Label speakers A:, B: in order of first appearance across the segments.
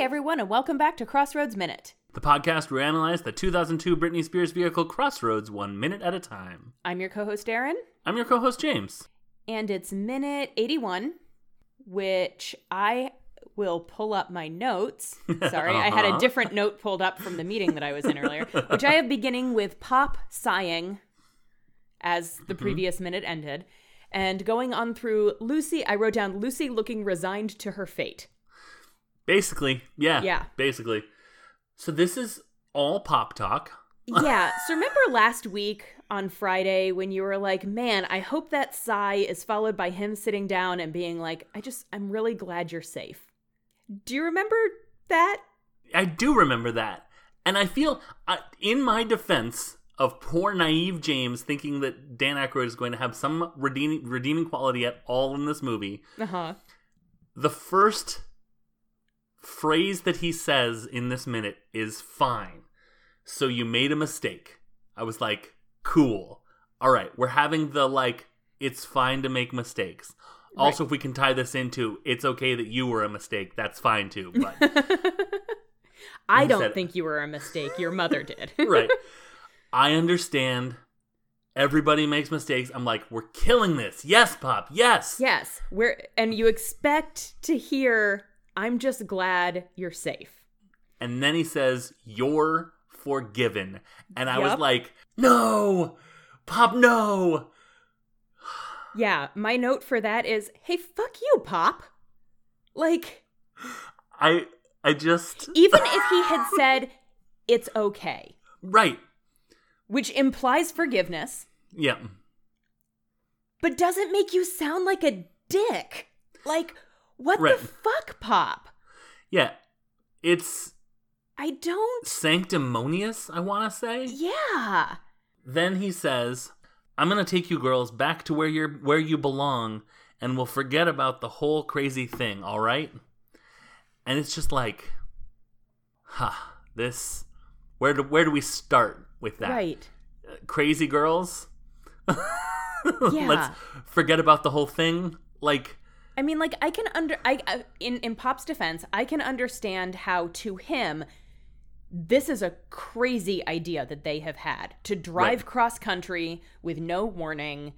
A: everyone, and welcome back to Crossroads Minute.
B: The podcast where we analyze the 2002 Britney Spears vehicle Crossroads one minute at a time.
A: I'm your co host, Aaron,
B: I'm your co host, James.
A: and it's minute 81, which I will pull up my notes. Sorry, I had a
B: Uh-huh.
A: different note pulled up from the meeting that I was in earlier, which I have beginning with Pop sighing as the previous minute ended, and going on through Lucy, I wrote down Lucy looking resigned to her fate.
B: Basically, yeah.
A: Yeah.
B: Basically. So this is all pop talk.
A: yeah. So remember last week on Friday when you were like, man, I hope that sigh is followed by him sitting down and being like, I just, I'm really glad you're safe. Do you remember that?
B: I do remember that. And I feel, I in my defense of poor naive James thinking that Dan Aykroyd is going to have some redeeming, redeeming quality at all in this movie,
A: Uh huh.
B: the first phrase that he says in this minute is fine. So you made a mistake. I was like, cool. All right, we're having the like, it's fine to make mistakes. Also, if we can tie this into, it's okay that you were a mistake. That's fine too. But
A: I
B: You
A: don't
B: said-
A: think you were a mistake. Your mother did.
B: right, I understand. Everybody makes mistakes. I'm like, we're killing this. Yes, pop. Yes.
A: yes. We're, and you expect to hear, I'm just glad you're safe.
B: And then he says, You're forgiven. And I was
A: Yup.
B: like, No, Pop, no.
A: Yeah. My note for that is, hey, fuck you, Pop. Like,
B: I I just
A: even if he had said, it's okay.
B: Right.
A: which implies forgiveness,
B: Yeah.
A: but doesn't make you sound like a dick. Like, what
B: Right.
A: the fuck, Pop?
B: Yeah. It's
A: I don't.
B: sanctimonious, I wanna say.
A: Yeah.
B: Then he says, I'm gonna take you girls back to where you're where you belong and we'll forget about the whole crazy thing, alright? And it's just like Huh, this where do where do we start with that?
A: Right.
B: crazy girls.
A: Yeah.
B: Let's forget about the whole thing. Like,
A: I mean, like, I can under. I, I in in Pop's defense, I can understand how to him. This is a crazy idea that they have had to drive
B: Right.
A: cross country with no warning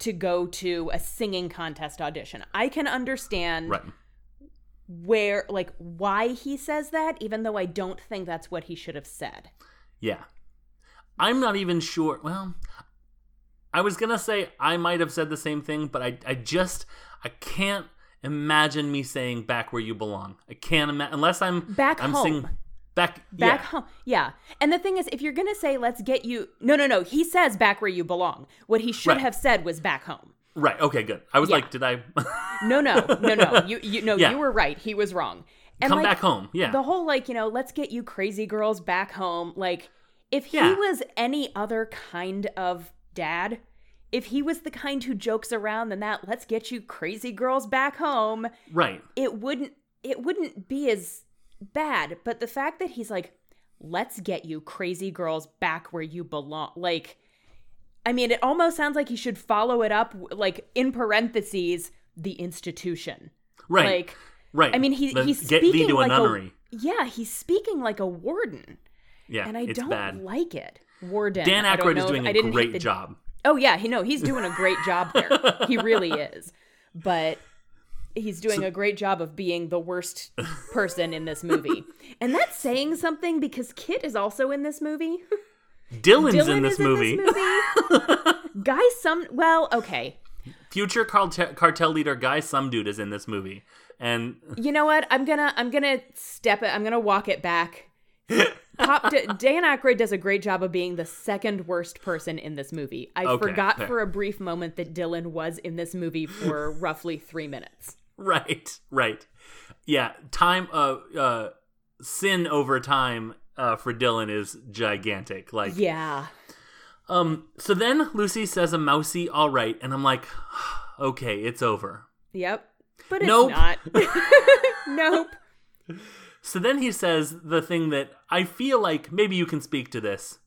A: to go to a singing contest audition. I can understand
B: right.
A: where like why he says that even though i don't think that's what he should have said
B: Yeah. I'm not even sure. Well, I was going to say I might have said the same thing, but I, I just, I can't imagine me saying back where you belong. I can't imagine, unless I'm
A: Back
B: I'm
A: home.
B: Sing- back,
A: back
B: yeah.
A: home yeah and the thing is if you're gonna say let's get you no no no he says back where you belong what he should
B: Right.
A: have said was back home
B: Right. Okay, good. I was
A: Yeah.
B: like, did I
A: no no no no you you no
B: Yeah.
A: you were right he was wrong and
B: come
A: like
B: back home? Yeah.
A: the whole like you know let's get you crazy girls back home like if he
B: Yeah.
A: was any other kind of dad if he was the kind who jokes around then that let's get you crazy girls back home
B: right.
A: it wouldn't it wouldn't be as bad but the fact that he's like let's get you crazy girls back where you belong like i mean it almost sounds like he should follow it up w- like in parentheses the institution
B: Right.
A: like
B: right.
A: i mean he,
B: The-
A: he's
B: get
A: speaking
B: thee to
A: like
B: a nunnery.
A: yeah he's speaking like a warden
B: yeah.
A: and i
B: it's
A: don't
B: bad.
A: like it warden
B: Dan
A: I don't
B: Aykroyd
A: know
B: is
A: if-
B: doing
A: I
B: a
A: didn't hate
B: great
A: the-
B: job.
A: oh yeah he no he's doing a great job there he really is but he's doing a great job of being the worst person in this movie and that's saying something because kit is also in this movie
B: Dylan's
A: dylan
B: in this
A: is
B: movie.
A: in this movie guy some well okay
B: Future cartel, cartel leader guy, some dude is in this movie, and
A: you know what i'm gonna i'm gonna step it i'm gonna walk it back Pop D- Dan Aykroyd does a great job of being the second worst person in this movie. I
B: Okay,
A: forgot
B: fair.
A: for a brief moment that Dylan was in this movie for roughly three minutes.
B: right, right, yeah. Time, uh, uh, sin over time uh, for Dylan is gigantic. Like,
A: Yeah.
B: um. So then Lucy says a mousy, all right, and I'm like, okay, it's over.
A: Yep. But it's
B: Nope.
A: not. nope.
B: So then he says the thing that I feel like maybe you can speak to this.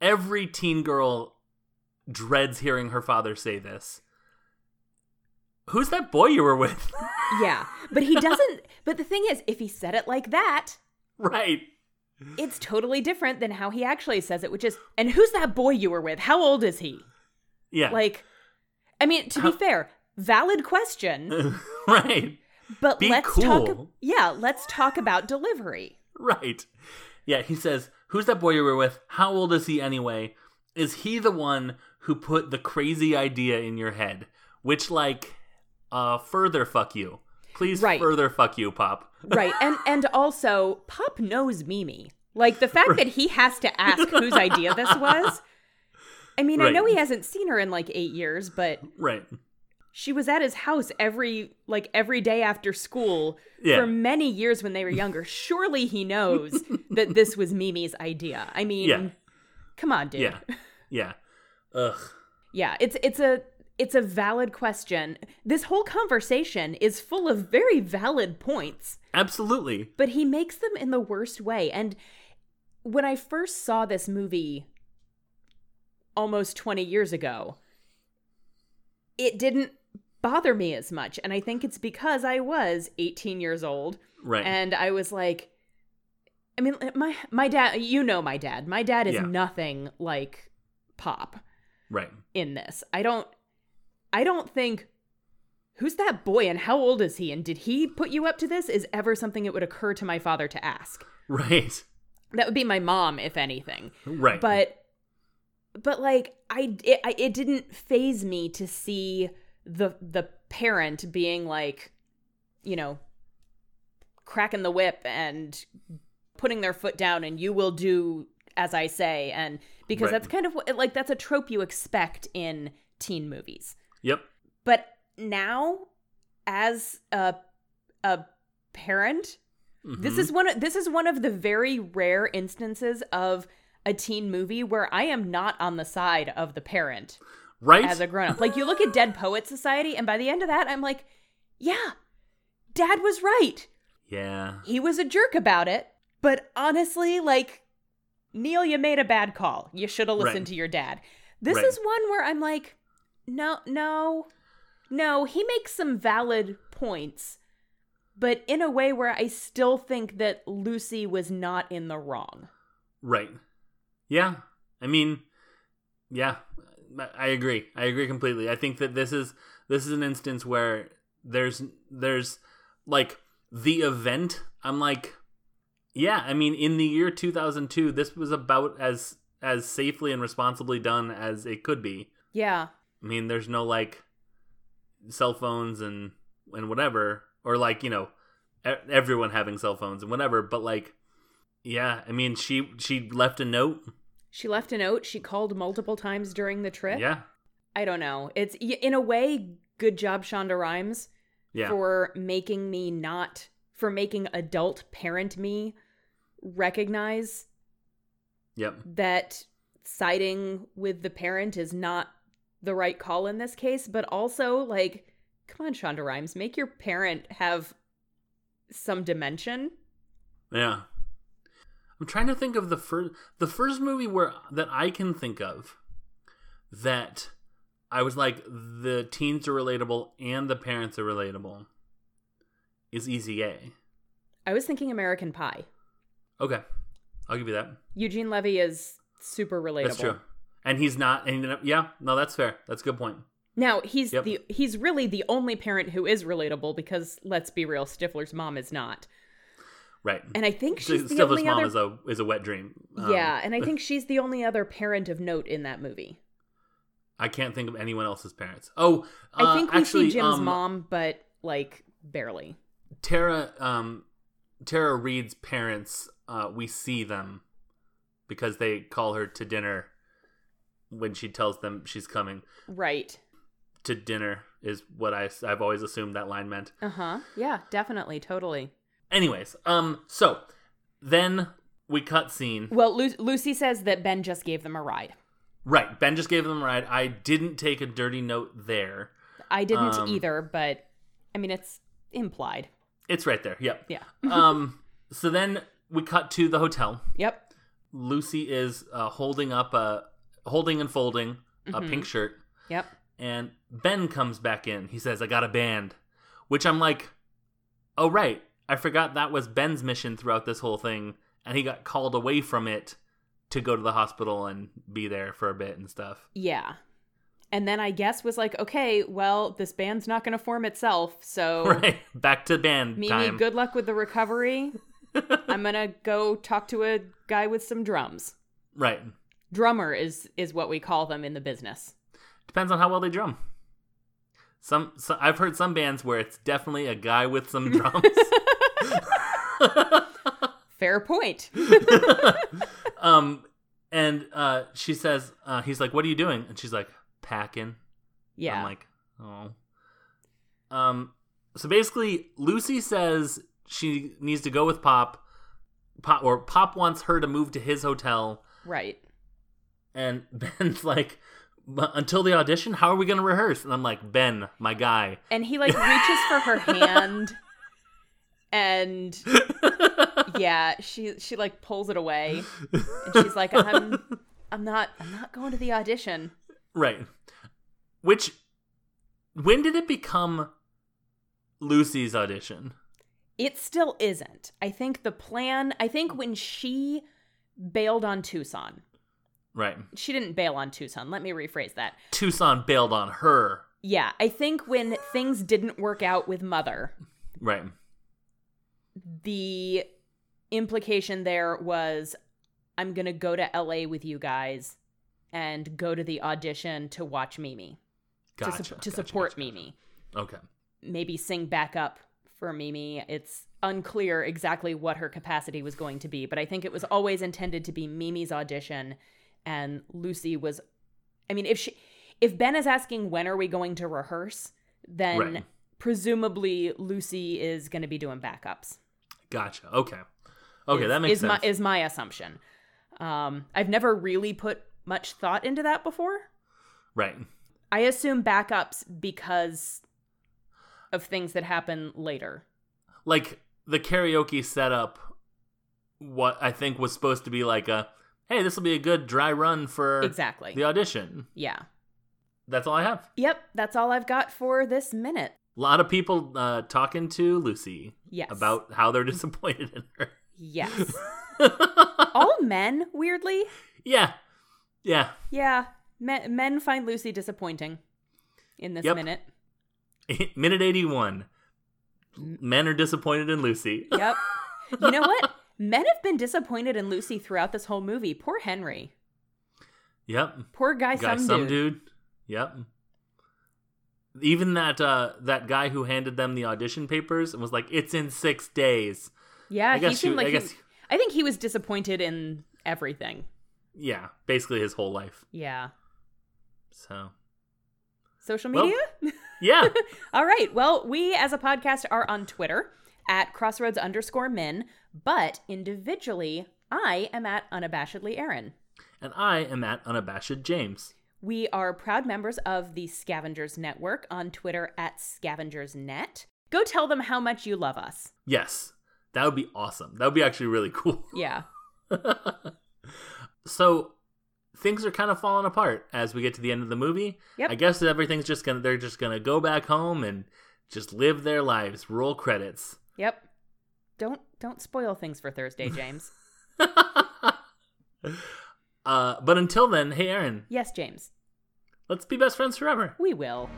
B: Every teen girl dreads hearing her father say this. Who's that boy you were with?
A: Yeah. But he doesn't But the thing is, if he said it like that,
B: Right.
A: it's totally different than how he actually says it, which is, and who's that boy you were with? How old is he?
B: Yeah.
A: Like, I mean, to
B: How-
A: be fair, valid question,
B: right.
A: but
B: Be
A: let's talk.
B: cool.
A: Yeah, let's talk about delivery.
B: Right. Yeah, he says, Who's that boy you were with? How old is he anyway? Is he the one who put the crazy idea in your head? Which, like, uh, further fuck you. Please
A: Right.
B: further fuck you, Pop.
A: Right. And and also, Pop knows Mimi. Like the fact that he has to ask whose idea this was. I mean, I
B: Right.
A: know he hasn't seen her in like 8 years, but
B: Right.
A: she was at his house every like every day after school
B: Yeah.
A: for many years when they were younger. Surely he knows that this was Mimi's idea. I mean,
B: Yeah.
A: come on, dude.
B: Yeah. Yeah. Ugh.
A: Yeah, it's it's a it's a valid question. This whole conversation is full of very valid points.
B: Absolutely.
A: but he makes them in the worst way and when i first saw this movie almost 20 years ago it didn't bother me as much and i think it's because i was 18 years old
B: Right.
A: and i was like i mean my my dad you know my dad my dad is
B: Yeah.
A: nothing like pop
B: right.
A: in this. I don't I don't think who's that boy and how old is he and did he put you up to this is ever something it would occur to my father to ask.
B: Right.
A: That would be my mom if anything.
B: Right.
A: But but like I it, I it didn't phase me to see the the parent being like you know cracking the whip and putting their foot down and you will do as I say and because
B: Right.
A: that's kind of what like that's a trope you expect in teen movies.
B: Yep.
A: But now as a a parent this
B: Mhm.
A: is one of, this is one of the very rare instances of a teen movie where I am not on the side of the parent
B: right.
A: as a grown up. Like you look at Dead Poet Society and by the end of that I'm like, yeah, dad was right.
B: yeah.
A: He was a jerk about it, but honestly like Neil you made a bad call. You should have listened
B: Right.
A: to your dad. This
B: Right.
A: is one where I'm like, no, no. No, he makes some valid points, but in a way where I still think that Lucy was not in the wrong.
B: Right. Yeah. I mean, yeah, I- I agree. I agree completely. I think that this is this is an instance where there's there's like the event. I'm like, yeah. I mean, in the year 2002, this was about as as safely and responsibly done as it could be.
A: Yeah.
B: I mean, there's no like cell phones and and whatever, or like you know, e- everyone having cell phones and whatever. But like, yeah, I mean, she she left a note.
A: She left a note. She called multiple times during the trip.
B: Yeah,
A: I don't know. It's y- in a way, good job, Shonda Rhimes,
B: yeah,
A: for making me not, for making adult parent me recognize
B: yep,
A: that siding with the parent is not the right call in this case, but also like, come on, Shonda Rhimes, make your parent have some dimension.
B: yeah. I'm trying to think of the first the first movie where that I can think of that I was like the teens are relatable and the parents are relatable is Easy A.
A: I was thinking American Pie.
B: Okay, I'll give you that.
A: Eugene Levy is super relatable.
B: That's true. And he's not. And yeah, no, that's fair. That's a good point.
A: Now he's
B: Yep.
A: the he's really the only parent who is relatable because let's be real, Stifler's mom is not,
B: Right.
A: and I think she's the
B: Stifler's
A: only
B: mom
A: other.
B: is a is a wet dream. Um,
A: yeah, and I think she's the only other parent of note in that movie.
B: I can't think of anyone else's parents. Oh, uh,
A: I think we
B: actually,
A: see Jim's
B: um,
A: mom, but like barely.
B: Tara, um, Tara Reed's parents. Uh, we see them because they call her to dinner when she tells them she's coming
A: Right.
B: to dinner is what I I've always assumed that line meant.
A: Uh huh. Yeah. Definitely. Totally.
B: Anyways, um, so then we cut scene.
A: Well, Lu- Lucy says that Ben just gave them a ride.
B: Right. Ben just gave them a ride. I didn't take a dirty note there.
A: I didn't
B: Um,
A: either, but I mean, it's implied.
B: It's right there. Yep.
A: Yeah.
B: um. So then we cut to the hotel.
A: Yep.
B: Lucy is uh, holding up a holding and folding a
A: Mhm.
B: pink shirt,
A: Yep.
B: and Ben comes back in. He says, "I got a band," which I'm like, "Oh right, I forgot that was Ben's mission throughout this whole thing, and he got called away from it to go to the hospital and be there for a bit and stuff.
A: Yeah. And then I guess was like, okay, well, this band's not going to form itself. So,
B: Right. Back to band
A: Oh. Mimi,
B: time.
A: good luck with the recovery. I'm going to go talk to a guy with some drums.
B: Right.
A: Drummer is is what we call them in the business.
B: Depends on how well they drum. Some so I've heard some bands where it's definitely a guy with some drums.
A: Fair point.
B: um and uh she says uh he's like what are you doing? And she's like packing.
A: Yeah.
B: I'm like, oh. Um, so basically, Lucy says she needs to go with Pop. Pop or Pop wants her to move to his hotel,
A: right.
B: and Ben's like, "But until the audition, how are we going to rehearse? And I'm like, Ben, my guy.
A: And he like reaches for her hand and yeah, she she like pulls it away and she's like I'm I'm not I'm not going to the audition.
B: Right. Which, when did it become Lucy's audition?
A: It still isn't. I think the plan, I think when she bailed on Tucson.
B: Right.
A: She didn't bail on Tucson. Let me rephrase that.
B: Tucson bailed on her.
A: Yeah, I think when things didn't work out with mother,
B: Right.
A: the implication there was I'm going to go to LA with you guys and go to the audition to watch Mimi, to,
B: Gotcha.
A: sup- to
B: gotcha,
A: support
B: gotcha.
A: Mimi,
B: Okay.
A: maybe sing back up for Mimi. It's unclear exactly what her capacity was going to be, but I think it was always intended to be Mimi's audition and Lucy was I mean, if she if Ben is asking when are we going to rehearse, then
B: Right.
A: presumably Lucy is going to be doing backups.
B: Gotcha. Okay. Okay,
A: is,
B: that makes
A: is
B: sense.
A: My, is my assumption. Um, I've never really put much thought into that before.
B: right.
A: I assume backups because of things that happen later.
B: Like the karaoke setup what I think was supposed to be like a hey, this will be a good dry run for
A: Exactly.
B: the audition.
A: Yeah.
B: That's all I have.
A: Yep. That's all I've got for this minute.
B: A lot of people uh, talking to Lucy
A: Yes.
B: about how they're disappointed in her.
A: Yes. all men, weirdly.
B: yeah. Yeah.
A: Yeah. Men, men find Lucy disappointing in this
B: Yep.
A: minute.
B: Minute 81. Men are disappointed in Lucy.
A: Yep. you know what? Men have been disappointed in Lucy throughout this whole movie. Poor Henry.
B: Yep.
A: Poor guy,
B: guy,
A: some,
B: some,
A: dude.
B: dude. Yep. Even that uh, that guy who handed them the audition papers and was like, "It's in six days."
A: Yeah,
B: I
A: he
B: guess
A: seemed
B: you-
A: like
B: I
A: he-
B: guess-
A: I think he was disappointed in everything.
B: Yeah, basically his whole life.
A: Yeah.
B: So
A: Social
B: Well-
A: media?
B: yeah,
A: All right. Well, we as a podcast are on Twitter at crossroads underscore men, but individually, I am at unabashedly Aaron.
B: and I am at unabashed James.
A: We are proud members of the Scavengers Network on Twitter at scavengersnet. Go tell them how much you love us.
B: Yes, that would be awesome. That would be actually really cool.
A: Yeah.
B: so things are kind of falling apart as we get to the end of the movie.
A: Yep.
B: I guess everything's just gonna they're just gonna go back home and just live their lives. Roll credits.
A: Yep. Don't don't spoil things for Thursday, James.
B: Uh, but until then, hey Aaron,
A: yes, James.
B: let's be best friends forever.
A: We will.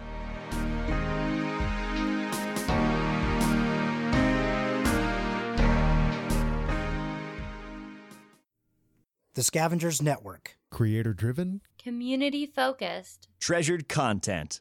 C: The Scavengers Network.
D: creator driven
E: Community focused.
F: Treasured content.